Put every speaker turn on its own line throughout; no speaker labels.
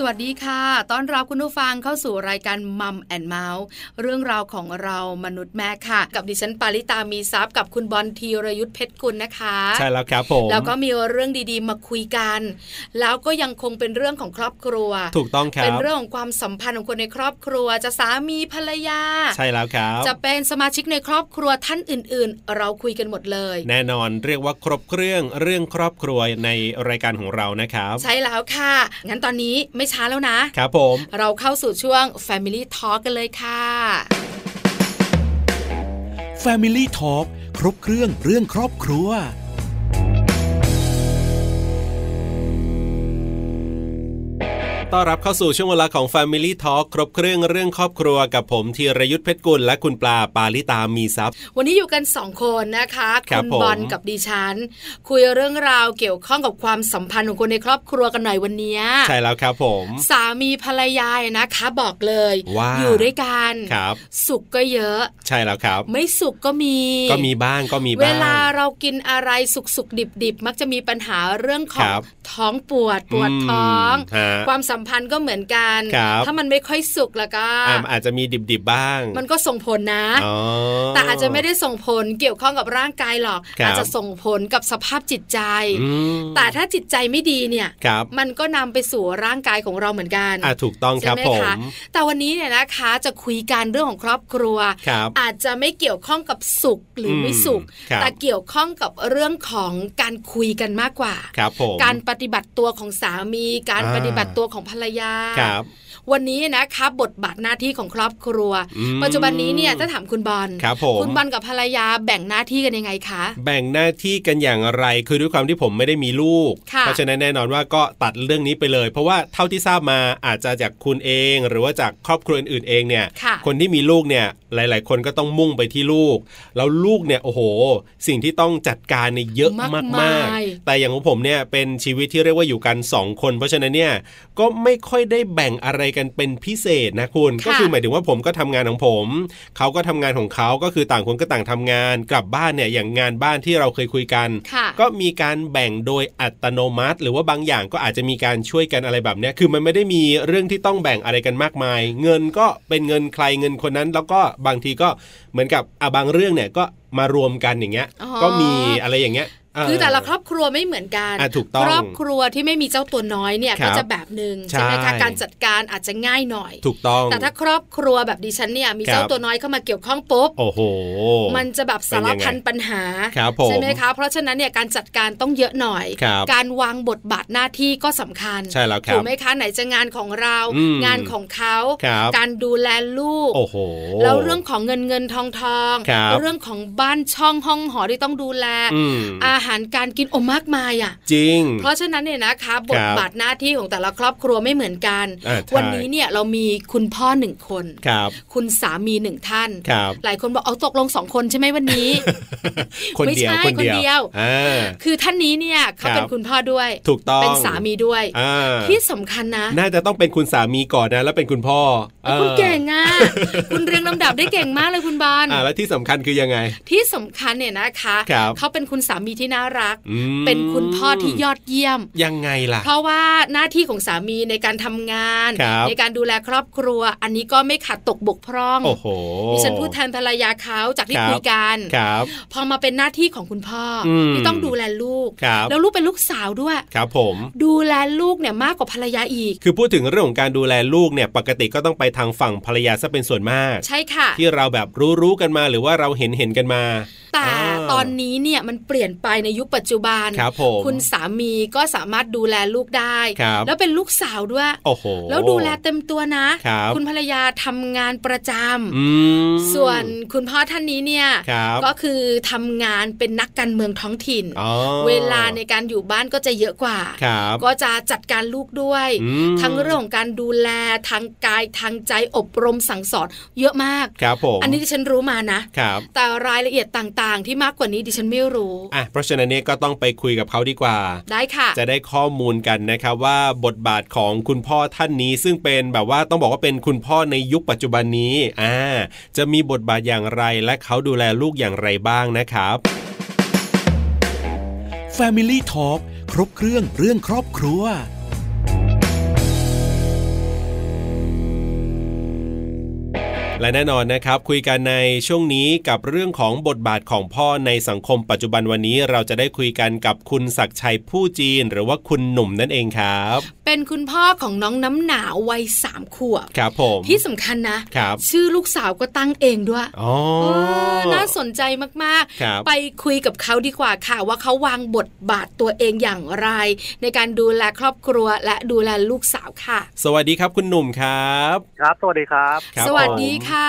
สวัสดีค่ะ ต้อนรับคุณผู้ฟังเข้าสู่รายการมัมแอนเมาส์เรื่องราวของเรามนุษย์แม่ค่ะ กับดิฉันปาริตามีซัพย์กับคุณบอลธีรยุทธเพชรกุลนะคะ
ใช่แล้วครับผม
แล้วก็มีเรื่องดีๆ มาคุยกัน แล้วก็ยังคงเป็นเรื่องของครอบครัว
ถูกต้องครั
เป็น
บ
เรื่องของความสัมพันธ์ของคนในครอบครัว จะสามีภรรยา
ใช่แล้วครับ
จะเป็นสมาชิกในครอบครัวท่านอื่นๆ เราคุยกันหมดเลย
แน่นอนเรียกว่าครบเครื่องเรื่องครอบครัวในรายการของเรานะครับ
ใช่แล้วค่ะ งั้นตอนนี้ไม่ช้าแล้วนะ
ครับผม
เราเข้าสู่ช่วง Family Talk กันเลยค่ะ
Family Talk ครบเครื่องเรื่องครอบครัว
ต้อนรับเข้าสู่ช่วงเวลาของ Family Talk ครบเครื่องเรื่องครอบครัวกับผมธีรยุทธเพชรกุลและคุณปลาปาลิตามีซัพย์
วันนี้อยู่กันสองคนนะคะ
ครับ
ณ
ผม
บอลกับดิฉัน คุยเรื่องราวเกี่ยวข้องกับความสัมพันธ์ของคนในครอบครัวกันหน่อยวันเนี้ย
ใช่แล้วครับผม
สามีภรรยาเนี่ยนะคะบอกเลย
ว่า
อยู่ด้วยกัน
ครับ
สุขก็เยอะ
ใช่แล้วครับ
ไม่สุขก็มี
ก็มีบ้างก็มี
เว
บ้าง
ลาเรากินอะไรสุกสุกดิบดิบๆ มักจะมีปัญหาเรื่องของ
ครับ
ท้องปวดปวดท้อง
ฮะ
ความสัมพันธ์ก็เหมือนกัน
ครับ
ถ้ามันไม่ค่อยสุกแล้วก็
อ่ะอาจจะมีดิบๆบ้าง
มันก็ส่งผลนะ
อ๋อ
แต่อาจจะไม่ได้ส่งผลเกี่ยวข้องกับร่างกายหรอก
ครับ
อาจจะส่งผลกับสภาพจิตใจ
อืม
แต่ถ้าจิตใจไม่ดีเนี่ย
ครับ
มันก็นำไปสู่ร่างกายของเราเหมือนกัน
อ่ะถูกต้องครับ
ใช่ไห
ผม ม
คะ แต่วันนี้เนี่ยนะคะจะคุยกันเรื่องของครอบครัว
ครับ
อาจจะไม่เกี่ยวข้องกับสุขหรืออ
ม
ไม่สุข
ครับ
แต่เกี่ยวข้องกับเรื่องของการคุยกันมากกว่า
ครับผม
การปฏิบัติตัวของสามี การ
อ่า
ปฏิบัติตัวของภรรยา
ครับ
วันนี้นะคะบทบาทหน้าที่ของครอบครัว
อืม
ปัจจุบันนี้เนี่ยถ้าถามคุณบอล
ครับผม
คุณบอลกับภรรยาแบ่งหน้าที่กันยังไงคะ
แบ่งหน้าที่กันอย่างไร คือด้วยความที่ผมไม่ได้มีลูก
ค่ะ
เพราะฉะนั้นแน่นอนว่าก็ตัดเรื่องนี้ไปเลย เพราะว่าเท่าที่ทราบมาอาจจะจากคุณเอง หรือว่าจากครอบครัวอื่นๆเองเนี่ย
ค่ะ
คนที่มีลูกเนี่ยหลาย ๆ คนก็ต้องมุ่งไปที่ลูก แล้วลูกเนี่ยโอ้โห สิ่งที่ต้องจัดการเนี่ยเยอะมากๆ แต่อย่างของผมเนี่ยเป็นชีวิตที่เรียกว่าอยู่กัน 2 คน เพราะฉะนั้นเนี่ยก็ไม่ค่อยได้แบ่งอะไรกันเป็นพิเศษนะคุณ
ค่ะ
ก็คือหมายถึงว่าผมก็ทำงานของผม เขาก็ทำงานของเขาก็คือต่างคนก็ต่างทำงาน กลับบ้านเนี่ยอย่างงานบ้านที่เราเคยคุยกัน
ค่ะ
ก็มีการแบ่งโดยอัตโนมัติ หรือว่าบางอย่างก็อาจจะมีการช่วยกันอะไรแบบเนี้ยคือมันไม่ได้มีเรื่องที่ต้องแบ่งอะไรกันมากมาย เงินก็เป็นเงินใครเงินคนนั้น แล้วก็บางทีก็เหมือนกับอ่ะบางเรื่องเนี่ยก็มารวมกันอย่างเงี้ย
อ๋อ
ก็มีอะไรอย่างเงี้ยเ
คือแต่ละครอบครัวไม่เหมือนกัน
อ่ะถูกต้อง
ครอบครัวที่ไม่มีเจ้าตัวน้อยเนี่ย
ครั
ก็
บ
จะแบบหนึ่ง
ใช่
ใช่ไหมคะการจัดการอาจจะง่ายหน่อย
ถูกต้อง
แต่ถ้าครอบครัวแบบดิฉันเนี่ยมี
ครับ
เจ้าตัวน้อยเข้ามาเกี่ยวข้องปุ๊บ
โอ้โห
มันจะแบบสารพันปัญหา
ครับผม
ใช่ไหมคะ เพราะฉะนั้นเนี่ยการจัดการต้องเยอะหน่อย
ครับ
การวางบทบาทหน้าที่ก็สำคัญ
ใช่แล้วครั
ถู
บ
กไหมคะไหนจะงานของเรา
อืม
งานของเขา
ครับ
การดูแลลูก
โอ้โห
แล้วเรื่องของเงินเงินทองทอง
ครับ
เรื่องของบ้านช่องห้องหอที่ต้องดูแล
อืม
อาหารการกินโอมากมายอ่ะ
จริง
เพราะฉะนั้นเนี่ยนะคะบทบาทหน้าที่ของแต่ละครอบครัวไม่เหมือนกัน
อ่าใช่
วันนี้เนี่ยเรามีคุณพ่อหนึ่งคน
ครับ
คุณสามีหนึ่งท่าน
ครับ
หลายคนบอกเอาตกลงสองคนใช่ไหมวันนี้
คนเดียว
ไม่ใช่
คน
คน
เดี
เดี
ย
ยว
วอ่า
คือท่านนี้เนี่ยเขา
ครับ
เป็นคุณพ่อด้วย
ถูกต้อง
เป็นสามีด้วย
อ่า
ที่สำคัญนะ
น่าจะต้องเป็นคุณสามีก่อนนะ แล้วเป็นคุณพ่อ
แล้วคุณ
ออ
เก่งอ่ะ คุณเรียงลำดับได้เก่งมากเลยคุณบอล
อ่าแล้วที่สำคัญคือยังไง
ที่สำคัญเนี่ยนะคะ
ครับ
เขาเป็นคุณสามีที่น่ารัก
อืม
เป็นคุณพ่อที่ยอดเยี่ยม
ยังไงล่ะ
เพราะว่าหน้าที่ของสามีในการทำงาน
ครับ
ในการดูแลครอบครัว อันนี้ก็ไม่ขาดตกบกพร่อง
โอ้โห
ดิฉันพูดแทนภรรยาเขาจากที่
ครับ
คุยกัน
ครับ
พอมาเป็นหน้าที่ของคุณพ่ออ
ม
ที่ต้องดูแลลูก
ครับ
แล้วลูกเป็นลูกสาวด้วย
ครับผม
ดูแลลูกเนี่ยมากกว่าภรรยาอีก
คือพูดถึงเรื่องของการดูแลลูกเนี่ยปกติก็ต้องไปทางฝั่งภรรยาซะเป็นส่วนมาก
ใช่ค่ะ
ที่เราแบบรู้รู้ๆกันมาหรือว่าเราเห็นเห็นๆกันมา
แต่
อ่า
ตอนนี้เนี่ยมันเปลี่ยนไปในยุคปัจจุบัน
ครับผม
คุณสามีก็สามารถดูแลลูกได้
ครับ
แล้วเป็นลูกสาวด้วย
โอ้โห
แล้วดูแลเต็มตัวนะ
ครับ
คุณภรรยาทำงานประจำ
อืม
ส่วนคุณพ่อท่านนี้เนี่ย
ครับ
ก็คือทำงานเป็นนักการเมืองท้องถิ่น
อ๋อ
เวลาในการอยู่บ้านก็จะเยอะกว่า
ครับ
ก็จะจัดการลูกด้วย
อืม
ทั้งเรื่องของการดูแลทางกายทางใจอบรมสั่งสอนเยอะมาก
ครับผม
อันนี้ดิฉันรู้มานะ
ครับ
แต่รายละเอียดต่างๆ ที่มากกว่านี้ดิฉันไม่รู้
อ่ะเพราะฉะนั้นเนี่ยก็ต้องไปคุยกับเขาดีกว่า
ได้ค่ะ
จะได้ข้อมูลกันนะครับว่าบทบาทของคุณพ่อท่านนี้ ซึ่งเป็นแบบว่าต้องบอกว่าเป็นคุณพ่อในยุคปัจจุบันนี้อ่าจะมีบทบาทอย่างไรและเขาดูแลลูกอย่างไรบ้างนะครับ
Family Talk ครบเครื่องเรื่องครอบครัว
และแน่นอนนะครับ คุยกันในช่วงนี้กับเรื่องของบทบาทของพ่อในสังคมปัจจุบันวันนี้เราจะได้คุยกันกับคุณศักดิ์ชัยผู้จีน หรือว่าคุณหนุ่มนั่นเองครับ
เป็นคุณพ่อของน้องน้ำหนาววัยสามขวบ
ครับผม
ที่สำคัญนะ
ครับ
ชื่อลูกสาวก็ตั้งเองด้วย
อ๋อ
เออน่าสนใจมาก
ครับ
ๆ ไปคุยกับเขาดีกว่าค่ะ ว่าเขาวางบทบาทตัวเองอย่างไร ในการดูแลครอบครัวและดูแลลูกสาวค่ะ
สวัสดีครับคุณหนุ่มครับ
ครับ สวัสดีครับ
ครับ
สวัส
ผม
ดีค่ะ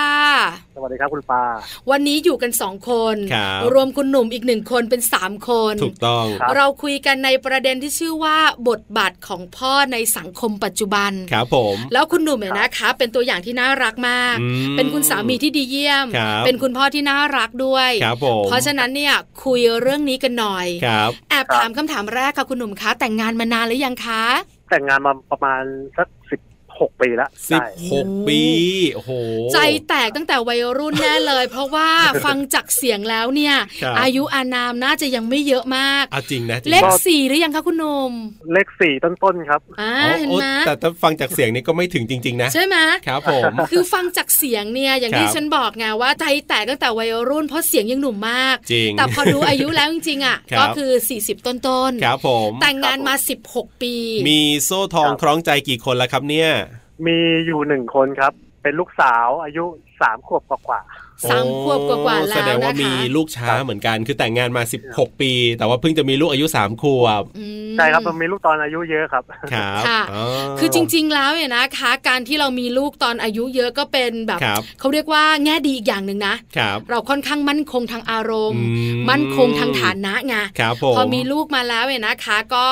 สวัสดีครับคุณปา
วันนี้อยู่กันสองคน
ครับ
วมคุณหนุ่มอีกหนึ่งคนเป็นสามคน
ถูกต้อง
ครับ
เราคุยกันในประเด็นที่ชื่อว่าบทบาทของพ่อในสังคมปัจจุบัน
ครับผม
แล้วคุณหนุ่มเนี่ยนะคะ เป็นตัวอย่างที่น่ารักมาก
อืม
เป็นคุณสามีที่ดีเยี่ยม
ครับ
เป็นคุณพ่อที่น่ารักด้วย
ครับผม
เพราะฉะนั้นเนี่ยคุยเรื่องนี้กันหน่อย
ครับ
แอบ
ครับ
ถามคำถามแรกค่ะคุณหนุ่มคะแต่งงานมานานหรือยังคะ
แต่งงานมาประมาณสักสิบหกปีละ
สิบ
ได้
หกปีโอ้โห
ใจแตกตั้งแต่วัยรุ่นแน่เลย เพราะว่าฟังจากเสียงแล้วเนี่ย
ครับ
อายุอานามน่าจะยังไม่เยอะมาก
เอาจริงนะจริง
เลข
ก็
สี่หรือยังคะคุณหนุ่ม
เลขสี่ต้นๆครับ
อ่า
อ๋อ
เห็น
โอ้
ไหม
แต่ถ้าฟังจากเสียงนี้ก็ไม่ถึงจริง ๆ นะ
ใช่ไหม
ครับผม
คือฟังจากเสียงเนี่ยอย่างที่
ครับ
ฉันบอกไงว่าใจแตกตั้งแต่วัยรุ่นเพราะเสียงยังหนุ่มมาก
จริง
แต่พอดูอายุแล้วจริงๆอ่ะ
ครับ
ก็คือ 40 ต้นต้นๆ
ครับผม
แต่งงานมา 16 ปี
มีโซ่ทอง
ครับ
คล้องใจกี่คนแล้วครับเนี่ย
มีอยู่หนึ่งคนครับ เป็นลูกสาวอายุสามขวบกว่า
สามขวบกว่าๆ
โอ้
แล้วนะคะ
แสดงว่ามีลูกช้าเหมือนกัน คือแต่งงานมา 16 ปี แต่ว่าเพิ่งจะมีลูกอายุ 3 ขวบ
อืม
ๆใช่ครับมันมีลูกตอนอายุเยอะครับ
ครับ
ค่ะ
อ๋อ
คือจริงๆแล้วเนี่ยนะคะ การที่เรามีลูกตอนอายุเยอะก็เป็นแบบ
ครับ
เขาเรียกว่าแง่ดีอีกอย่างหนึ่งนะ
ครับ
เราค่อนข้างมั่นคงทางอารม
อื
ณ์ มั่นคงทางฐานะไง
ครับผม
พอมีลูกมาแล้วเนี่ยนะคะ ก็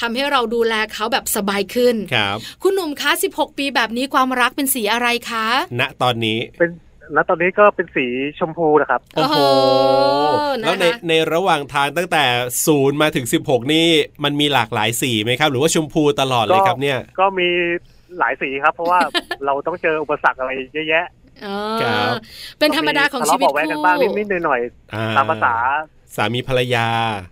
ทำให้เราดูแลเขาแบบสบายขึ้น
ครับ
คุณหนุ่มคะ 16 ปีแบบนี้ความรักเป็นสีอะไรคะ
ณตอนนี้
เป็นณตอนนี้ก็เป็นสีชมพูนะครับ
โอ้
โอ้
โห
โห
นะคะ
แล้วในในระหว่างทางตั้งแต่ศูนย์มาถึง 16 นี่ มันมีหลากหลายสีไหมครับ หรือว่าชมพูตลอดเลยครับเนี่ย
ก็มีหลายสีครับ เพราะว่า เราต้องเจออุปสรรคอะไรเยอะแยะ
เอ
ครั
อบ เป็นธรรมดาของชีวิต
ทะเลาะเบาะแว้งกัน
คู่
บ้างนิดๆหน่อย
อ่
ๆตามภาษา
สามีภรรยา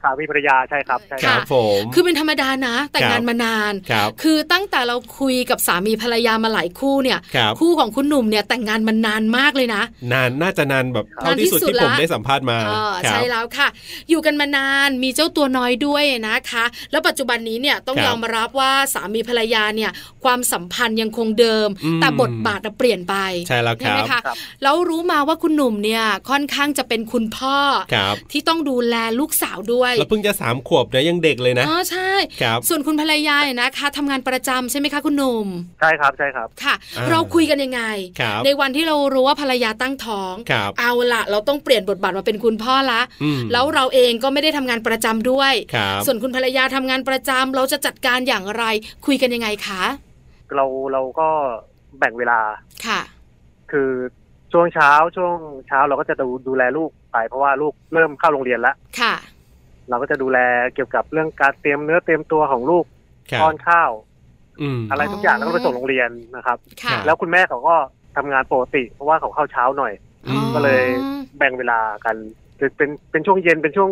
สามีภรรยาใช่ครับใช่
ค
ค
รั
รั
บบ
ค่ะ
ผม
คือเป็นธรรมดานะ แต่งงาน
ครับ
มานาน
ครับ
คือตั้งแต่เราคุยกับสามีภรรยามาหลายคู่เนี่ย
ครับ
คู่ของคุณหนุ่มเนี่ยแต่งงานมานานมากเลยนะ
นาน น่าจะนานแบบเท่าที่สุดที่ผมได้สัมภาษณ์มา
เออ
ครั
ใช่
บ
แล้วค่ะ อยู่กันมานานมีเจ้าตัวน้อยด้วยนะคะ แล้วปัจจุบันนี้เนี่ยต้อง
ครับ
ยอมรับว่าสามีภรรยาเนี่ยความสัมพันธ์ยังคงเดิม
อืม
แต่บทบาทน่ะเปลี่ยนไป
ใช่แล้วค
ใช่
รั
ไหม
บ
คะ
ครับ
แล้วรู้มาว่าคุณหนุ่มเนี่ยค่อนข้างจะเป็นคุณพ่อ
ครับ
ที่ต้องดูแลลูกสาวด้วย
แล้วเพิ่งจะสามขวบนะยังเด็กเลยนะ
อ๋อใช่
ครับ
ส่วนคุณภรรยาเนี่ยนะคะทำงานประจำใช่ไหมคะคุณหนุ่ม
ใช่ครับใช่ครับ
ค่ะ
อ่า
เราคุยกันยังไง
ครับ
ในวันที่เรารู้ว่าภรรยาตั้งท้อง
ครับ
เอาละเราต้องเปลี่ยนบทบาทมาเป็นคุณพ่อละ
อืม
แล้วเราเองก็ไม่ได้ทำงานประจำด้วย
ครับ
ส่วนคุณภรรยาทำงานประจำเราจะจัดการอย่างไร คุยกันยังไงคะ
เราเราก็แบ่งเวลา
ค่ะ
คือช่วงเช้าช่วงเช้าเราก็จะดูดูแลลูกไปเพราะว่าลูกเริ่มเข้าโรงเรียนแล้ว
ค่ะ
เราก็จะดูแลเกี่ยวกับเรื่องการเตรียมเนื้อเตรียมตัวของลูก
ครั
ป้
บ
อนข้าว
อืม
อะไรทุกอย่างแล้วก็ไปส่งโรงเรียนนะครับ
ค่ะ
แล้วคุณแม่เขาก็ทำงานปกติ เพราะว่าเขาเข้าเช้าหน่อย
อ๋อ
ก็เลยแบ่งเวลากันเป็นเป็นเป็นช่วงเย็นเป็นช่วง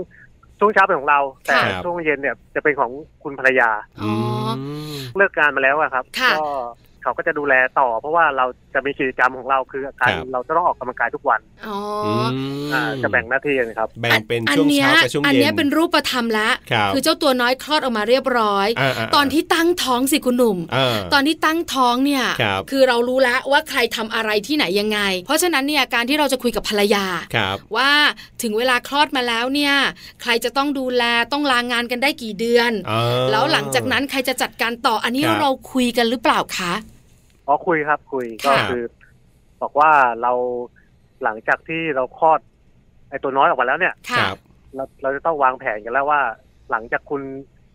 ช่วงเช้าเป็นของเรา แต่
ครับ
ช่วงเย็นเนี่ยจะเป็นของคุณภรรยา
อ๋ออื
ม
เลิกงานมาแล้วอะครับ
ค่ะ
ก็เขาก็จะดูแลต่อ เพราะว่าเราจะมีกิจกรรมของเราคือการเราจะต้องออกกำลังกายทุกวัน
อ๋อ
อ่า
อ่าจะแบ่งหน้าที่กันครับ
แบ่งเป็น
อั
ช่วง
นี้ย
เช้ากับช่วง
อัน
เย็น
เนี้ยเป็นรูปธรรมละ
ครับ
อเจ้าตัวน้อยคลอดออกมาเรียบร้อย
อ่าา
ตอนที่ตั้งท้องสิคุณหนุ่ม
อ่า
ตอนที่ตั้งท้องเนี่ย
ครับ
อเรารู้แล้วว่าใครทำอะไรที่ไหนยังไง เพราะฉะนั้นเนี่ยการที่เราจะคุยกับภรรยา
ครับ
ว่าถึงเวลาคลอดมาแล้วเนี่ย ใครจะต้องดูแลต้องลางงานกันได้กี่เดือน
อ่า
แล้วหลังจากนั้นใครจะจัดการต่ออันนี้
ครับ
เราคุยกันหรือเปล่าคะ
อ๋อคุยครับคุยก็
ค่ะ
คือ บอกว่าเราหลังจากที่เราคลอดไอ้ตัวน้อยออกมาแล้วเนี่ย
ค
ค่ะ
รับ
เราเราจะต้องวางแผนกันแล้วว่า หลังจากคุณ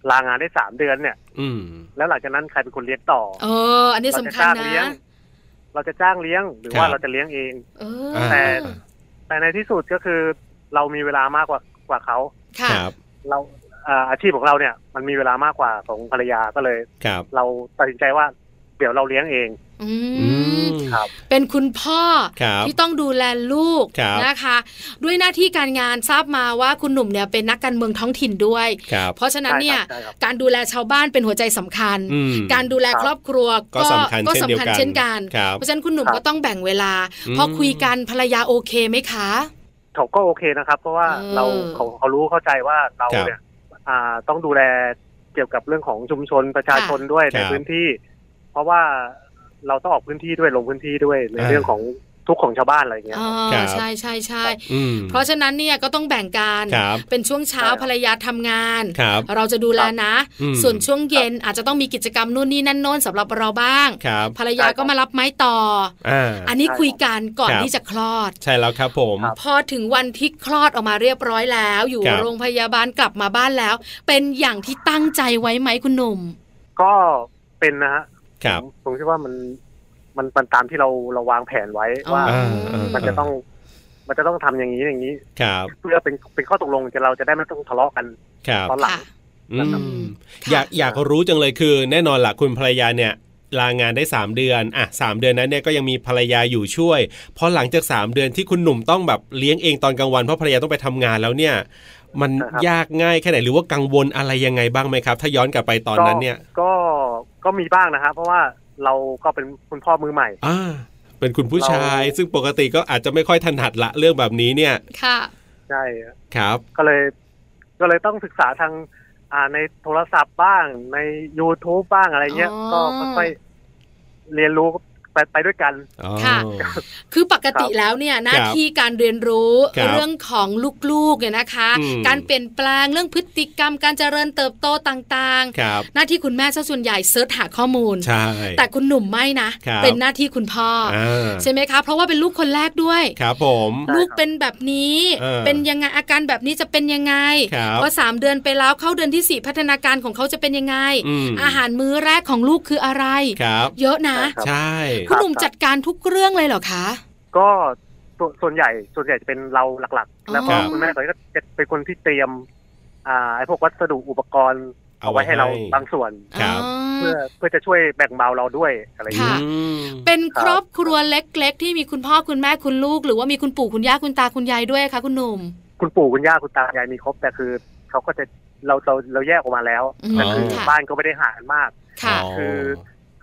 ลางานได้สามเดือนเนี่ย
อืม
แล้วหลังจากนั้นใครเป็นคนเลี้ยงต่อ
เออ อันนี้
เรา
สำ
จะ
คัญ
จ้าง
นะ
เลี้ยง เราจะจ้างเลี้ยง หรือ
ครับ
ว่าเราจะเลี้ยงเอง
เออ
อ่า
แต่ แต่ในที่สุดก็คือ เรามีเวลามากกว่ากว่าเขา
ค่ะ
ครับ
เราอ่าอาชีพของเราเนี่ย มันมีเวลามากกว่าของภรรยาก็เลย
ครับ
เราตัดสินใจว่า เดี๋ยวเราเลี้ยงเอง
อื
อื
ม
ม
ครับ
เป็นคุณพ่อ
ครับ
ที่ต้องดูแลลูก
ครับ
นะคะ ด้วยหน้าที่การงานทราบมาว่าคุณหนุ่มเนี่ยเป็นนักการเมืองท้องถิ่นด้วย
ครับ
เพราะฉะนั้นเนี่ย
ใช่ครับ
การดูแลชาวบ้านเป็นหัวใจสำคัญ
อืม
การดูแลครอบครัว
ก็สำคัญ
ก็
เช่นเดียว
สำคัญ
กัน
เช่นกัน
ครับ
เพราะฉะนั้นคุณหนุ่ม
ครับ
ก็ต้องแบ่งเวลา
อืม
พอคุยกันภรรยาโอเคไหมคะ
เขาก็โอเคนะครับ เพราะว่า
เออ
เราเขาเขารู้เข้าใจว่าเรา
ครับ
เนี่ยอ่าต้องดูแลเกี่ยวกับเรื่องของชุมชนประชาชนด้วย
ค
ใน
รับ
พื้นที่ เพราะว่าเราต้องออกพื้นที่ด้วยลงพื้นที่ด้วยใน
อ่า
เรื่องของทุกข์ของชาวบ้านอะไรอย่างเงี้ย
อ๋อ
ครับ
ใช่ใช่ใช่
อืม
เพราะฉะนั้นเนี่ยก็ต้องแบ่งกัน
ครับ
เป็นช่วงเช้า
ใช่ครับ
ภรรยาทำงาน
ครับ
เราจะดูแลนะ
อืม
ส่วนช่วงเย็นอาจจะต้องมีกิจกรรมนู่นนี่นั่นโน้นสำหรับเราบ้าง
ครับ
ภรรยาก็มารับไม้ต่อ
อ่า
อันนี้คุยกันก่อน
ครับ
ที่จะคลอด
ใช่แล้วครับผม
ครับ
พอถึงวันที่คลอดออกมาเรียบร้อยแล้ว อยู่
ครับ
โรงพยาบาลกลับมาบ้านแล้ว เป็นอย่างที่ตั้งใจไว้ไหมคุณหนุ่ม
ก็เป็นนะฮะ
ครับ
ผมผมคิดว่ามันมันมันตามที่เราเราวางแผนไว้ว่า
อ๋อ
มันจะต้อง มันจะต้องทำอย่างนี้อย่างนี้
ครับ
เพื่อเป็นเป็นข้อตกลงจะเราจะได้ไม่ต้องทะเลาะกัน
ครับ
ตอนหลัง
ค่ะ
อืม
ค่ะ
อยากอยากรู้จังเลยคือ แน่นอนล่ะคุณภรรยาเนี่ยลางานได้ 3 เดือนอ่ะสามเดือนนั้นเนี่ยก็ยังมีภรรยาอยู่ช่วยพอหลังจาก 3 เดือนที่คุณหนุ่มต้องแบบเลี้ยงเองตอนกลางวันเพราะภรรยาต้องไปทำงานแล้วเนี่ย มัน
นะครับ
ยากง่ายแค่ไหนหรือว่ากังวลอะไรยังไงบ้างไหมครับ ถ้าย้อนกลับไปตอนนั้นเนี่ย
ก็ก็มีบ้างนะครับ เพราะว่าเราก็เป็นคุณพ่อมือใหม่
อ่าเป็นคุณผู้ชาย
เรา
ซึ่งปกติก็อาจจะไม่ค่อยถนัดละเรื่องแบบนี้เนี่ย
ค่ะ
ใช่
ครับ
ก็เลย ก็เลยต้องศึกษาทางอ่าในโทรศัพท์บ้างใน YouTube บ้างอะไรเงี้ย
อ๋อ
ก็ค่อยๆเรียนรู้ไปไปด้วยกัน
อ๋อ
ค่ะ คือปกติแล้วเนี่ยหน้า
ครับ
ที่การเรียนรู้
ครับ
เรื่องของลูกๆเนี่ยนะคะ
อืม
การเปลี่ยนแปลงเรื่องพฤติกรรมการเจริญเติบโตต่าง
ครับ
ๆ หน้าที่คุณแม่ซะส่วนใหญ่เซิร์ชหาข้อมูล
ใช่
แต่คุณหนุ่มไม่นะ
ครับ
เป็นหน้าที่คุณพ่ออ
อ่า
ใช่ไหมคะเพราะว่าเป็นลูกคนแรกด้วย
ครับผม
ลูกเป็นแบบนี้
เออ
เป็นยังไงอาการแบบนี้จะเป็นยังไง
ครับ
พอสามเดือนไปแล้วเข้าเดือนที่สี่พัฒนาการของเขาจะเป็นยังไง
อืม
อาหารมื้อแรกของลูกคืออะไร
ครับ
เยอะนะ
ครับ
ใช่
ค
คุ
รั
ณ
บ
หนุ่มจัดการทุกเรื่องเลยเหรอคะ
ก็ส่วนส่วนใหญ่ส่วนใหญ่จะเป็นเราหลัก
อ๋อ
ๆ แล้วก็คุณแม่เขาก็จะเป็นคนที่เตรียม อ่าไอ้พวกวัสดุอุปกรณ์เอาไว้ให้เราบางส่วน
ครับ
อ๋
เพื่
อ
อเพื่อจะช่วยแบ่งเบาเราด้วยอะไรอย่าง
ค่ะ
นี้
อืม
เป็นครอบครัวเล็กๆ ที่มีคุณพ่อคุณแม่คุณลูก หรือว่ามีคุณปู่คุณย่าคุณตาคุณยายด้วยคะคุณหนุ่ม
คุณปู่คุณย่าคุณตายายมีครบ แต่คือเขาก็จะเราเราเราแยกออกมาแล้ว
อืม
แต่คือ
ค่ะ
บ้านก็ไม่ได้ห่างกันมาก
ค่ะ
คือ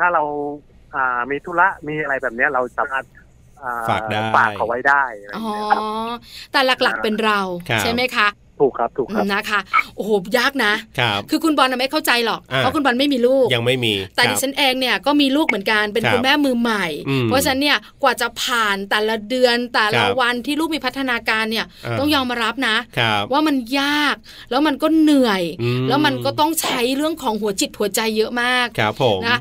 ถ้าเราอ่ามีธุระมีอะไรแบบเนี้ยเราสามารถอ่
ฝากได้
ฝากเขาไว้ได้อะไรอ
อ๋อ
ย่างเงี้ยครับ
แต่หลักๆเป็นเรา
ครับ
ใช่ไหมคะ
ถูกครับถูกครับ
นะคะ โอ้โหยากนะ
ครับ
คือคุณบอลน่ะไม่เข้าใจหรอก
อ่า
เพราะคุณบอลไม่มีลูก
ยังไม่มี
แต่
ค
ดิ
รับ
ฉันเองเนี่ยก็มีลูกเหมือนกันเป็น
ครับ
คุณแม่มือใหม่
อืม
เพราะฉะนั้นเนี่ยกว่าจะผ่านแต่ละเดือนแต่ละ
ครับ
วันที่ลูกมีพัฒนาการเนี่ย
อ่า
ต้องยอมรับนะ
ครับ
ว่ามันยาก แล้วมันก็เหนื่อย
อืม
แล้วมันก็ต้องใช้เรื่องของหัวจิตหัวใจเยอะมาก
ครับผม
นะ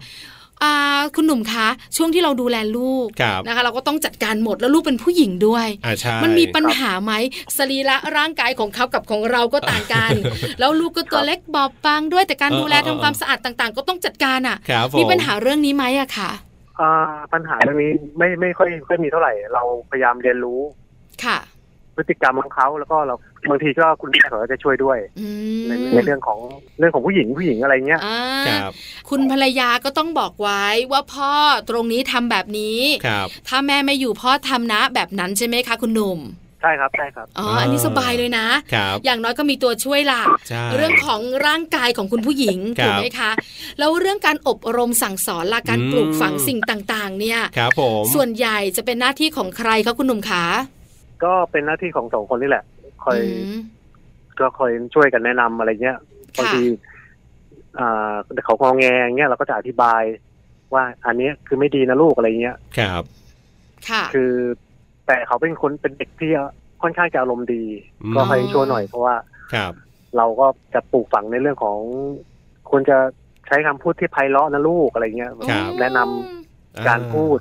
อ่าคุณหนุ่มคะ ช่วงที่เราดูแลลูก
ครับ
นะคะ เราก็ต้องจัดการหมดแล้วลูกเป็นผู้หญิงด้วย
อ่าใช่
มันมีปัญหาไหมสรีระร่างกายของเขากับของเราก็ต่างกัน แล้วลูกก็ตัวเล็กบอบบางด้วยแต่การดูแลทำความสะอาดต่างๆ ก็ต้องจัดการอ่ะ
ครับผ
มีปัญหาเรื่องนี้ไหมอะค่ะ
อ่าปัญหาเรื่องนี้ไม่ไม่ค่อยค่อยมีเท่าไหร่ เราพยายามเรียนรู้
ค่ะ
พฤติกรรมของเขาแล้วก็เราบางทีก็คุณแม่เขาก็จะช่วยด้วย
อืม
ในในเรื่องของเรื่องของผู้หญิงผู้หญิงอะไรเงี้ย
อ่า
ครับ
คุณภรรยาก็ต้องบอกไว้ว่าพ่อตรงนี้ทำแบบนี้
ครับ
ถ้าแม่ไม่อยู่พ่อทำนะแบบนั้นใช่ไหมคะคุณหนุ่ม
ใช่ครับใช่ครับ
อ๋อ
อ่า
อันนี้สบายเลยนะ
ครับ
อย่างน้อยก็มีตัวช่วยล่ะ
ใช่
เรื่องของร่างกายของคุณผู้หญิง
ครับ
ถูกไหมคะ แล้วเรื่องการอบรมสั่งสอนล่ะการ
อืม
ปลูกฝังสิ่งต่างๆ เนี่ย
ครับผม
ส่วนใหญ่จะเป็นหน้าที่ของใครคะคุณหนุ่มขา
ก็เป็นหน้าที่ของสองคนนี่แหละ คอย
อืม
ก็คอยช่วยกันแนะนำอะไรเงี้ย
ค่ะ
บางทีอ่าเขางอแงอย่างเงี้ยเราก็จะอธิบายว่าอันนี้คือไม่ดีนะลูกอะไรเงี้ย
ครับ
ค่ะ
คือ แต่เขาเป็นคนเป็นเด็กที่ค่อนข้างจะอารมณ์ดี
อืม
ก็คอยช่วยหน่อยเพราะว่า
ครับ
เราก็จะปลูกฝังในเรื่องของควรจะใช้คำพูดที่ไพเราะนะลูกอะไรเงี้ย
ครับ
แนะนำการพูด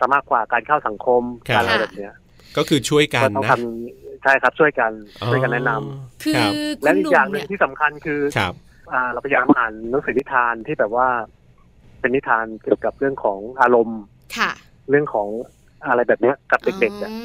สมากกว่าการเข้าสังคม
ครับ
การอะไรแบบเนี้ย
ก็คือช่วยกัน
ก็ต้อง
นะ
ทำใช่ครับช่วยกันช่วยกันแนะนำ
คือ
ครับ
และ
คุณหนุ่
อีกอ
ม
ย่างหนึ่
เนี่
ง
ย
ที่สำคัญคือ
ครับ
อ่าเราพยายามอ่านหนังสือนิทานที่แบบว่า เป็นนิทานเกี่ยวกับเรื่องของอารมณ์
ค่ะ
เรื่องของอะไรแบบเนี้ยกับเด็กๆอะ
อื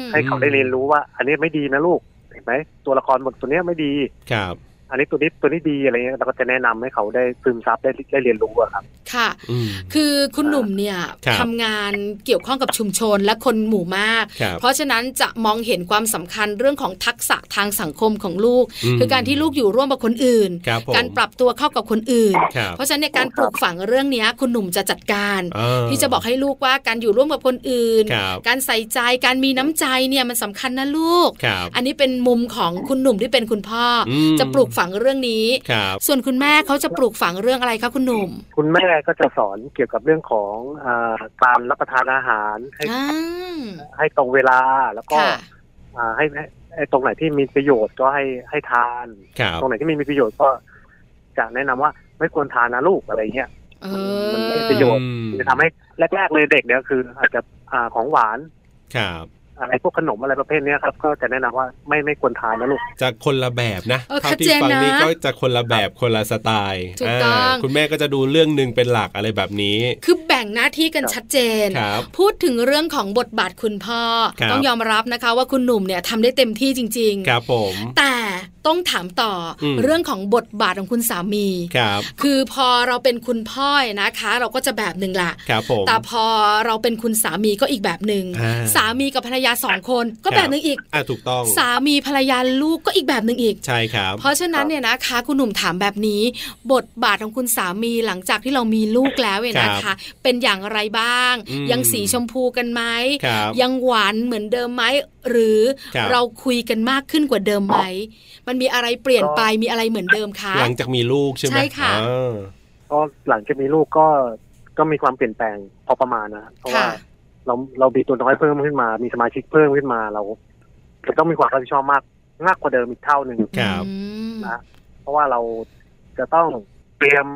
ม
ให้เขาได้เรียนรู้ว่า อันนี้ไม่ดีนะลูกเห็นไหมตัวละครบทตัวเนี้ยไม่ดี
ครับ
อันนี้ตัวนี้ตัวนี้ดีอะไรเงี้ยเราก็จะแนะนำให้เขาได้ซึมซับได้ได้เรียนรู้อะครับ
ค่ะ
อืม
คือคุณหนุ่มเนี่ย
ครับ
ทำงานเกี่ยวข้องกับชุมชนและคนหมู่มาก
ครับ
เพราะฉะนั้นจะมองเห็นความสำคัญเรื่องของทักษะทางสังคมของลูก
อืม
คือการที่ลูกอยู่ร่วมกับคนอื่น
ครับผม
การปรับตัวเข้ากับคนอื่น
ครับ
เพราะฉะนั้นในการปลูกฝังเรื่องเนี้ยคุณหนุ่มจะจัดการ
อ่า
ที่จะบอกให้ลูกว่าการอยู่ร่วมกับคนอื่น
ครับ
การใส่ใจการมีน้ำใจเนี่ยมันสำคัญนะลูก
ครับ
อันนี้เป็นมุมของคุณหนุ่มที่เป็นคุณพ่ออ
อืม
จะปลูกฝังเรื่องนี้
ครับ
ส่วนคุณแม่เขาจะปลูกฝังเรื่องอะไรคะคุณหนุ่ม
คุณแม่ก็จะสอนเกี่ยวกับเรื่องของอาการรับประทานอาหารให้
อ่า
ให้ตรงเวลาแล้วก็
ค่ะ
อ่าให้ให้ให้ตรงไหนที่มีประโยชน์ก็ให้ให้ทาน
ครับ
ตรงไหนที่ไม่มีประโยชน์ก็จะแนะนำว่าไม่ควรทานนะลูกอะไรเงี้ย
เอ
มัน
อ
ไม่ประโยชน์
อืม
จะทำให้แรกๆเลยเด็กเนี่ยคือ อาจจะอ่าของหวาน
ครับ
อะไรพวกขนมอะไรประเภทเนี้ยครับ ก็จะแนะนำว่าไม่ไม่ควรทานนะลูก
จะคนละแบบนะ
เออ
ท่า
ชัด
ที่
เจน
ฟันี้
นะ
ก็จะคนละแบบคนละสไตล์
ถูกต้อง
าคุณแม่ก็จะดูเรื่องหนึ่งเป็นหลักอะไรแบบนี้
คือแบ่งหน้าที่กัน
ครับ
ชัดเจน
ครับ
พูดถึงเรื่องของบทบาทคุณพ่อ
ครับ
ต้องยอมรับนะคะว่าคุณหนุ่มเนี่ยทำได้เต็มที่จริง
ครับผม
ๆ แต่ต้องถามต่ออ
ม
เรื่องของบทบาทของคุณสามี
ครับ
คือพอเราเป็นคุณพ่อนะคะ เราก็จะแบบหนึ่งละ
ครับผม
แต่พอเราเป็นคุณสามีก็อีกแบบหนึ่ง
อ่า
สามีกับภรรยาสองคนก็
ครับ
แบบหนึ่งอีก
อ่ะถูกต้อง
สามีภรรยาลูกก็อีกแบบหนึ่งอีก
ใช่ครับ
เพราะฉะนั้นเนี่ยนะคะคุณหนุ่มถามแบบนี้ บทบาทของคุณสามีหลังจากที่เรามีลูกแล้วเนี่ยนะ
ครั
คะ
บ
เป็นอย่างไรบ้าง
อืม
ยังสีชมพูกันไหม
ครับ
ยังหวานเหมือนเดิมไหมหรือ
ครับ
เราคุยกันมากขึ้นกว่าเดิมไหมมันมีอะไรเปลี่ยนไปมีอะไรเหมือนเดิมคะ
หลังจากมีลูกใช่ไหม
ใช่ค่ะ
อ่า
ก็หลังจากมีลูกก็ก็มีความเปลี่ยนแปลงพอประมาณนะเพราะว่า
ค่ะ
เราเรามีตัวน้อยเพิ่มขึ้นมา มีสมาชิกเพิ่มขึ้นมาเราจะต้องมีความรับผิดชอบมากมากกว่าเดิมอีกเท่าหนึ่ง
ครับ
อืม
นะ เพราะว่าเราจะต้องเตรียม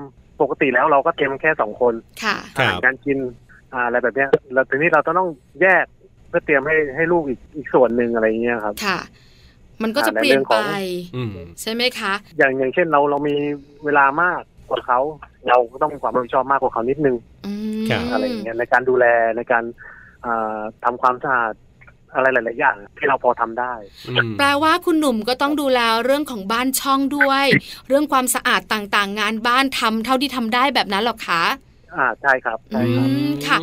ปกติแล้วเราก็เตรียมแค่สองคน
ค่ะ
ค
อา
รั
หาร
บ
การกินอ่าอะไรแบบเนี้ยแล้วทีนี้เราต้องต้องแยกเพื่อเตรียมให้ให้ลูกอีกอีกส่วนหนึ่งอะไรเงี้ยครับ
ค่ะ มันก็จะ
อ่า
เปลี่ยน
ในเรื่องข
ไป
อง
อืม
ใช่ไหมคะ
อย่างอย่างเช่นเราเรามีเวลามากกว่าเขาเราก็ต้องมีความรับผิดชอบมากกว่าเขานิดนึง
อืม
ครับ
อะไรอย่างเงี้ยในการดูแลในการอ่าทำาความสะอาดอะไรหลาย ๆ อย่างที่เราพอทำได้
อืม
แปลว่าคุณหนุ่มก็ต้องดูแลเรื่องของบ้านช่องด้วย เรื่องความสะอาดต่างๆ งานบ้านทำเท่าที่ทำได้แบบนั้นหรอคะ
อ่าใช่ครับ
อื
ใช่ครับ
มค่ะ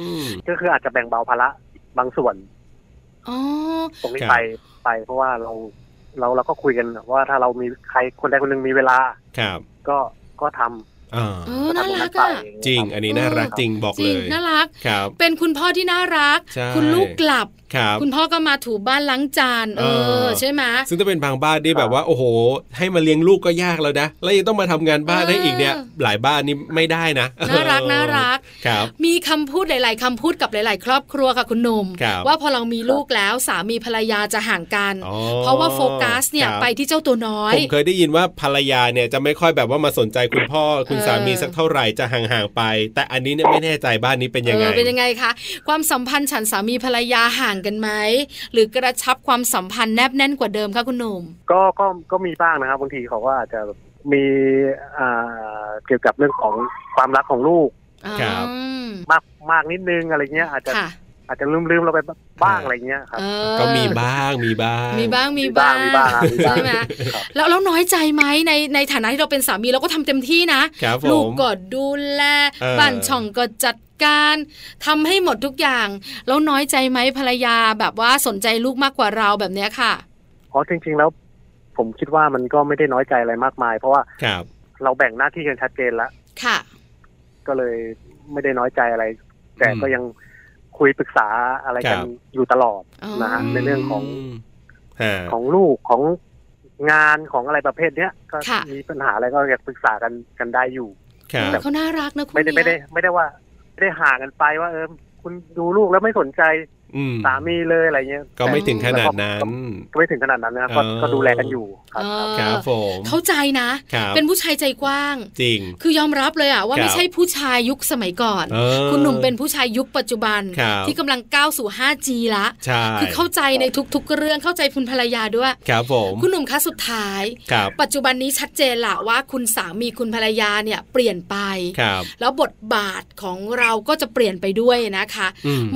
ก็คืออาจจะแบ่งเบาภาระบางส่วน
อ๋อ
ตรงนี้
ครับ
ไปไป เพราะว่าเราเราเราก็คุยกันว่าถ้าเรามีใครคนใดคนหนึ่งมีเวลา
ครับ
ก็ก็ทำ
อ่า
เออ น่ารัก
ก็ทำตง
อ่ะ
ไป
จริง อันนี้น่ารัก
เออ
จริงบอก
จริ
เล
ง
ย
น่ารัก
ครับ
เป็นคุณพ่อที่น่ารัก
ใช่
คุณลูกกลับ
ครับ
คุณพ่อก็มาถูบ้านล้างจาน เอ
เออ
อ ใช่ไหม
ซึ่งถ้าเป็นบางบ้านที่แบบว่า โอ้โห ให้มาเลี้ยงลูกก็ยากแล้วนะ แล้วยังต้องมาทำงานบ้าน
เออ
ให้อีกเนี่ย หลายบ้านนี่ไม่ได้นะ
น่ารัก น่ารัก
ครับ
มีคำพูดหลาย ๆคำพูดกับหลาย ๆ ครอบครัวค่ะคุณหนุ่ม
ครับ
ว่าพอเรามีลูกแล้วสามีภรรยาจะห่างกัน
อ๋อ
เพราะว่าโฟกัสเนี่ย
ครับ
ไปที่เจ้าตัวน้อย
ผมเคยได้ยินว่าภรรยาเนี่ยจะไม่ค่อยแบบว่ามาสนใจคุณพ่อคุณ
เออ
สามีสักเท่าไหร่จะห่างๆไป แต่อันนี้เนี่ยไม่แน่ใจบ้านนี้เป็นยังไง
เออเป็นยังไงคะความสัมพันธ์ฉันสามีภรรยาห่างกันไหมหรือกระชับความสัมพันธ์แนบแน่นกว่าเดิมคะคุณหนุ่ม
ก็ก็ก็มีบ้างนะครับบางทีเขาก็อาจจะมีอ่าเกี่ยวกับเรื่องของความรักของลูก
ครับ
อืม
มากมากนิดนึงอะไรเงี้ยอาจจะ
ค่ะ
อาจจะลืมลืมเราไปบ้า
ค
ง
รับ
อะไรเงี้ยครับ
เออ
ก็มีบ้างมีบ้าง
มีบ้างมีบ้าง
มีบ้างมีบ้าง
ใช่ไหม
ครับ
แล้วแล้วน้อยใจไหมในในฐานะที่เราเป็นสามีเราก็ทำเต็มที่นะครับ
ผม
ลูกก็ดูแล
เออ
บ้านช่องก็จัดการทำให้หมดทุกอย่าง แล้วน้อยใจไหมภรรยาแบบว่าสนใจลูกมากกว่าเราแบบเนี้ยค่ะ
อ๋อจริง ๆ แล้ว ผมคิดว่ามันก็ไม่ได้น้อยใจอะไรมากมาย เพราะว่า
ครับ
เราแบ่งหน้าที่กันชัดเจนแล้ว
ค่ะ
ก็เลยไม่ได้น้อยใจอะไร แต่ก็ยังคุยปรึกษาอะไรกันอยู่ตลอดนะ
อ๋
ฮะ
อ
ในเรื่องของ
ฮะ
ของลูกของงานของอะไรประเภทเนี้ยก็
ค่ะ
มีปัญหาอะไรก็ยังปรึกษากันกันได้อยู่
ครั
เอบ อเขาน่ารักนะคุณ
ไม่ได้
เนี่ย
ไม่ได้ ไม่ได้ว่าไม่ได้ห่างกันไปว่า เออ คุณดูลูกแล้วไม่สนใจ
อืม
สามีเลยอะไรเงี้ย
ก็ไม่ถึงขนาดนั้น
ก็ไม่ถึงขนาดนั้นนะครับก็
เออ
ก็ดูแลกันอยู่ครับ
เออ
ครับผม
เข้าใจนะ
ครับ
เป็นผู้ชายใจกว้าง
จริง
คือยอมรับเลยอะว่า
ครับ
ไม่ใช่ผู้ชายยุคสมัยก่อน
เออ
คุณหนุ่มเป็นผู้ชายยุคปัจจุบัน
ครับ
ที่กำลังก้าวสู่ 5G ละ
ใช่
คือเข้าใจในทุกๆเรื่องเข้าใจคุณภรรยาด้วย
ครับผม
คุณหนุ่มคะสุดท้าย
ครับ
ปัจจุบันนี้ชัดเจนละว่าคุณสามีคุณภรรยาเนี่ยเปลี่ยนไป
ครับ
แล้วบทบาทของเราก็จะเปลี่ยนไปด้วยนะคะ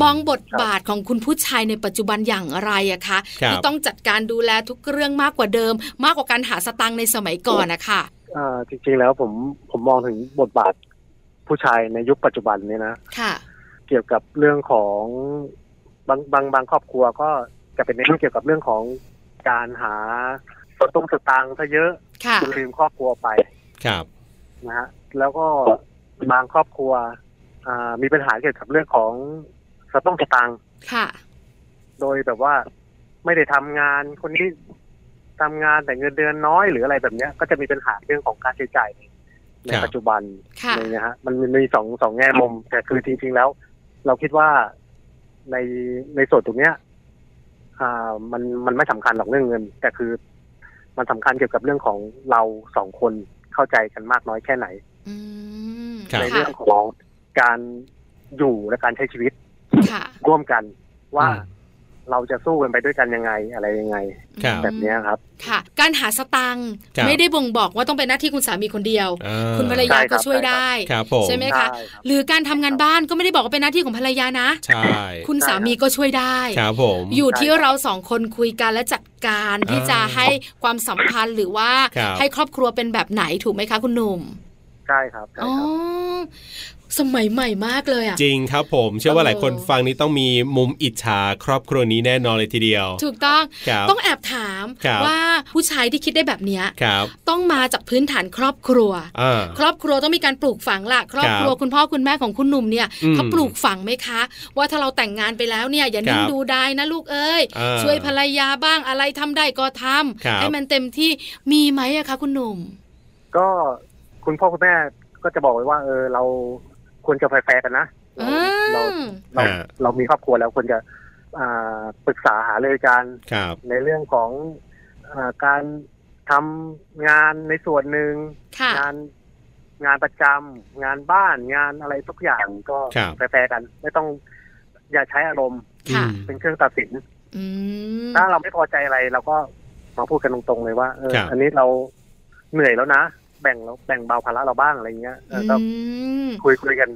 มองบทบาทของ คุณผู้ชายในปัจจุบันอย่างไรอะคะ
ครับ
ที่ต้องจัดการดูแลทุกเรื่องมากกว่าเดิม มากกว่าการหาสตังค์ในสมัยก่อนนะคะ
เอ่อจริง ๆ แล้วผมผมมองถึงบทบาทผู้ชายในยุคปัจจุบันเนี่ยนะ
ค่ะ
เกี่ยวกับเรื่องของบางบางบางครอบครัวก็จะเป็นในเรื่องเกี่ยวกับเรื่องของการหาสตุ้งสตางค์ซะเยอะ
ค่ะ
จนลืมครอบครัวไป
ครับ
นะฮะแล้วก็บางครอบครัวอ่ามีปัญหาเกี่ยวกับเรื่องของสตุ้งสตางค์
ค่ะ
โดยแบบว่าไม่ได้ทำงานคนนี้ทำงานแต่เงินเดือนน้อยหรืออะไรแบบเนี้ย ก็จะมีปัญหาเรื่องของการใช้จ่ายในปัจจุบัน
ค่ะ
อะไรเงี้ยฮะมันมีสองสองแง่มุม แต่คือจริงๆแล้ว เราคิดว่าในในส่วนตรงเนี้ย อ่า มันมันไม่สำคัญหรอกเรื่องเงิน แต่คือ มันสำคัญเกี่ยวกับเรื่องของเราสองคนเข้าใจกันมากน้อยแค่ไหน
อืม
ใน
ค่ะ
เรื่องของการอยู่และการใช้ชีวิต
ค่ะ
ร่วมกัน ว่าเราจะสู้กันไปด้วยกันยังไงอะไรยังไง
ครับ
แบบเนี้ยครับ
ค่ะ การหาสตังค์
ครับ
ไม่ได้บ่งบอกว่าต้องเป็นหน้าที่คุณสามีคนเดียว
อ่า
คุณภรรยา
ใช่ครั
ก็
บ
ช่วยได้
ครับผม
ใช่ไหม คะ
ด้รับ
หรือการทำงานบ้านก็ไม่ได้บอกว่าเป็นหน้าที่ของภรรยานะ
ใช่
คุณสามีก็ช่วยได้
ครับผม
อยู่ที่
ใช่ครับ
เราสองคนคุยกันและจัดการ
อ่า
ที่จะให้ความสัมพันธ์หรือว่า
ครับ
ให้ครอบครัวเป็นแบบไหนถูกไหมคะคุณหนุ่ม
ใช่ครับใช่
อ๋อ
ครับ
สมัยใหม่มากเลยอ่ะ
จริงครับผมเชื่อว่าหลายคน
เออ
ฟังนี้ต้องมีมุมอิจฉาครอบครัวนี้แน่นอนเลยทีเดียว
ถูกต้อง
ครับ
ต้องแอบถาม
ครับ
ว่าผู้ชายที่คิดได้แบบเนี้ย
ครับ
ต้องมาจากพื้นฐานครอบครัว
อ่า
ครอบครัวต้องมีการปลูกฝังละครอบครัว
ครับ
คุณพ่อคุณแม่ของคุณหนุ่มเนี่ย
อืม
เขาปลูกฝังไหมคะ ว่าถ้าเราแต่งงานไปแล้วเนี่ยอย่านิ่ง
ครับ
ดูได้นะลูกเอ้ย
อ่า
ช่วยภรรยาบ้างอะไรทำได้ก็ทำ
ครับ
ให้มันเต็มที่มีไหมอะคะคุณหนุ่ม
ก็คุณพ่อคุณแม่ก็จะบอกไว้ว่า เออเราควรจะแฟร์ๆกันนะ
อื
เรา
ม
เรา
อ่า
เรามีครอบครัวแล้วควรจะอ่าปรึกษาหารือกัน
ครับ
ในเรื่องของอาการทำงานในส่วนหนึ่ง
ค่ะ
งานงานประจำงานบ้านงานอะไรทุกอย่างก็
ครับ
แฟร์ๆกัน ไม่ต้องอย่าใช้อารมณ์
ค่ะ
อืม
เป็นเครื่องตัดสิน
อืม
ถ้าเราไม่พอใจอะไรเราก็มาพูดกันตรงๆเลยว่าเออ
ครับ
อันนี้เราเหนื่อยแล้วนะ แบ่งเราแบ่งเบาภาระเราบ้างอะไรเงี้ยเออก็
อืม
คุยคุยกัน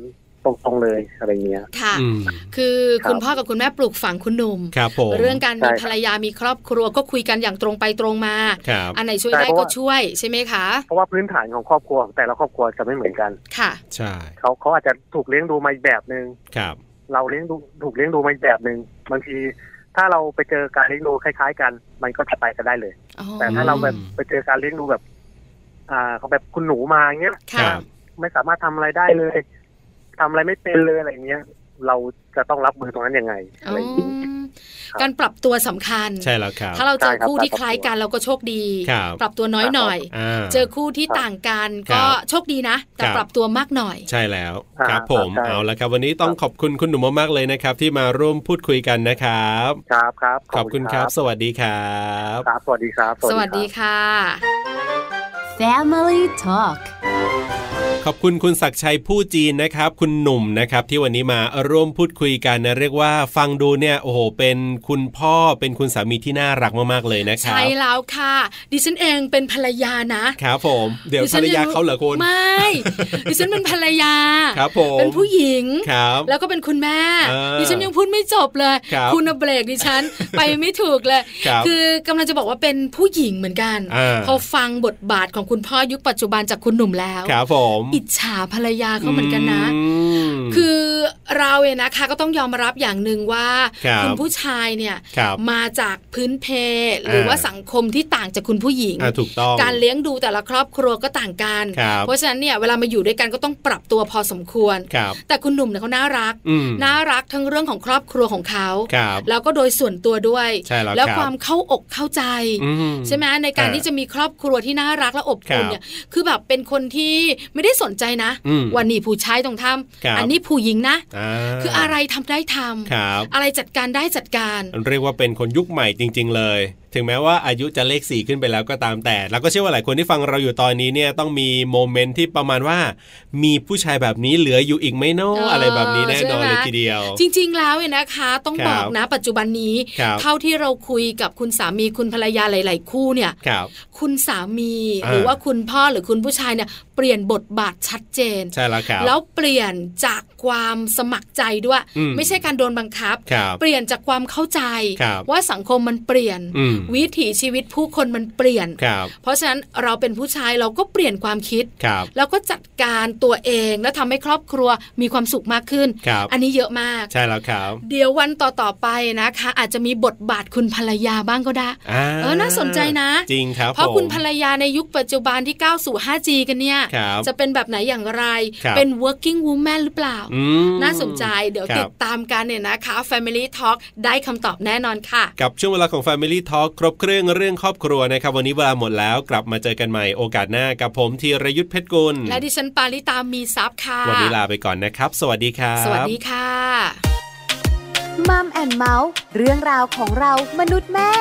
ตรงๆเลยอะไรเงี้ย
ค่ะ
อืม
คือ
ครับ
คุณพ่อกับคุณแม่ปลูกฝังคุณหนุ่ม
ครับผม
เรื่องการ
ใช่
มี
ครับ
ภรรยามีครอบครัวก็คุยกันอย่างตรงไปตรงมา
ครับ
อันไหนช่วย
ใช่
ได้
เพราะ
ก็
ว่า
ช่วยใช่ไหมคะ
เพราะว่าพื้นฐานของครอบครัวของแต่ละครอบครัวจะไม่เหมือนกัน
ค่ะ
ใช่
เขาเขาอาจจะถูกเลี้ยงดูมาอีกแบบหนึง่ง
ครับ
เราเลี้ยงดูถูกเลี้ยงดูมาอีกแบบหนึง่งบางที ถ้าเราไปเจอการเลี้ยงดูคล้าย ๆ กัน มันก็จะไปกันได้เลย
อ๋อ
แต่ถ้าเราแบบ
อืม
ไปเจอการเลี้ยงดูแบบ อ่าเขาแบบคุณหนูมาอย่างเงี้ย
ค
ค่ะ
รับ
ไม่สามารถทำอะไรได้เลยทำอะไรไม่เป็นเลยอะไรอย่างเงี้ย เราจะต้องรับมือตรงนั้นยังไงอะไรอย่างเงี้ย
อืม
ครับ
การปรับตัวสำคัญ
ใช่แล้วครับ
ถ้าเราเจอ
ใช่ครับ
คู่ที่คล้ายกันเราก็โชคดี
ครับ
ปรับตัวน้อยหน่อย
อ่า
เจอคู่ที่
ครับ
ต่างกัน
ครั
ก็
บ
โชคดีนะ แต่
ครับ
ปรับตัวมากหน่อย
ใช่แล้ว
อ่า
ครับผม
ใช่
เอาละครับ วันนี้ต้องขอบคุณคุณหนุ่มมากๆเลยนะครับ ที่มาร่วมพูดคุยกันนะครับ
ครับครับ
ขอบคุณครับ สวัสดีครับ
ครับ สวัสดีครับ
สวัสดีค่ะ
Family Talk
ขอบคุณคุณศักดิ์ชัยผู้จีนนะครับ คุณหนุ่มนะครับ ที่วันนี้มาร่วมพูดคุยกันนะเรียกว่าฟังดูเนี่ยโอ้โหเป็นคุณพ่อเป็นคุณสามีที่น่ารักมากๆเลยนะครับ
ใช่แล้วค่ะ ดิฉันเองเป็นภรรยานะครับ
ผมเดี๋ยว
ดิ
ภ
ฉั
ร
น
ร
ง
ยาเขาเหรอคุณ
ไม่ ดิฉันเป็นภรรยา
ครับผม
เป็นผู้หญิง
ครับ
แล้วก็เป็นคุณแม่
เออ
ดิฉันยังพูดไม่จบเลย
ครับ
ณน่ะเบรกดิ ฉัน ไปไม่ถูกเลย
ครับ
คือกำลังจะบอกว่าเป็นผู้หญิงเหมือนกัน
อ่า
พอฟังบทบาทของคุณพ่อยุคปัจจุบันจากคุณหนุ่มแล้ว
ครับผม
อิจฉาภรรยาเขาเหมือนกันนะ
อืม
คือเราเนี่ยนะคะก็ต้องยอมรับอย่างหนึ่งว่า
ครับ
ณผู้ชายเนี่ย
ครับ
มาจากพื้นเพ หรือว่า
อ่า
สังคมที่ต่างจากคุณผู้หญิง
อ่าถูกต้อง
การเลี้ยงดูแต่ละครอบครัวก็ต่างกัน
ครับ
เพราะฉะนั้นเนี่ยเวลามาอยู่ด้วยกันก็ต้องปรับตัวพอสมควร
ครับ
แต่คุณหนุ่มเนี่ยเขาน่ารัก
อืม
น่ารักทั้งเรื่องของครอบครัวของเขา
ครับ
แล้วก็โดยส่วนตัวด้วย
ใช่แล้ว
แล้ว
ครับ
ความเข้าอกเข้าใจ
อื
ใช่ไหมในการ
อ่า
ที่จะมีครอบครัวที่น่ารักและอบอุ่น
ครับ
เนี่ยคือแบบเป็นคนที่ไม่ได้สนใจนะ
อืม
วันนี้ผู้ชายต้องทำ
ครับ
อันนี้ผู้หญิงนะ
อ่า
คืออะไรทำได้ทำ
ครับ
อะไรจัดการได้จัดการ
เรียกว่าเป็นคนยุคใหม่จริง ๆ เลย ถึงแม้ว่าอายุจะเลขสี่ขึ้นไปแล้วก็ตามแต่ แล้วก็เชื่อว่าหลายคนที่ฟังเราอยู่ตอนนี้เนี่ยต้องมีโมเมนต์ที่ประมาณว่า มีผู้ชายแบบนี้เหลืออยู่อีกไหมเนาะ
เอออ
อะไรแบบนี้แน่นอน
ใช่ไหม
เลยทีเดียว
จริงๆแล้วเนี่ยนะคะ ต้อง
ครับ บอก
นะ ปัจจุบันนี้
ครับ
เท่าที่เราคุยกับคุณสามีคุณภรรยาหลาย ๆ คู่เนี่ย
ครับ
คุณสามี
อ่า
หรือว่าคุณพ่อหรือคุณผู้ชายเนี่ยเปลี่ยนบทบาท ดชัดเจน
ใช่แล้วครับ
แล้วเปลี่ยนจากความสมัครใจด้วย
อืม
ไม่ใช่การโดนบังคับ
ครับ
เปลี่ยนจากความเข้าใจ
ครับ
ว่าสังคมมันเปลี่ยน
อืม
วิถีชีวิตผู้คนมันเปลี่ยน
ครับ
เพราะฉะนั้นเราเป็นผู้ชายเราก็เปลี่ยนความคิด
ครับ
แล้วก็จัดการตัวเองและทำให้ครอบครัวมีความสุขมากขึ้น
ครับ
อันนี้เยอะมาก
ใช่แล้วครับ
เดี๋ยววันต่อ ๆ ไปนะคะ อาจจะมีบทบาทคุณภรรยาบ้างก็ได้
อ่า
เออน่าสนใจนะ
จริงครับ
เพราะ
ผม
คุณภรรยาในยุคปัจจุบันที่ก้าวสู่ 5G กันเนี่ย
ครับ
จะเป็นแบบไหนอย่างไร
ครับ
เป็น working woman หรือเปล่า
อืม
น่าสนใจเดี๋ยว
ครับ
ติดตามกันเนี่ยนะคะ Family Talk ได้คำตอบแน่นอนค่ะ
กับช่วงเวลาของ Family Talk ครบเครื่องเรื่องครอบครัวนะครับ วันนี้เวลาหมดแล้วกลับมาเจอกันใหม่โอกาสหน้ากับผมธีรยุทธเพชรกุล
และดิฉันปาริตามีซับค่ะ
วันนี้ลาไปก่อนนะครับ สวัสดีครับ
สวัสดีค่ะ
มัมแอนเมาส์เรื่องราวของเรามนุษย์แม่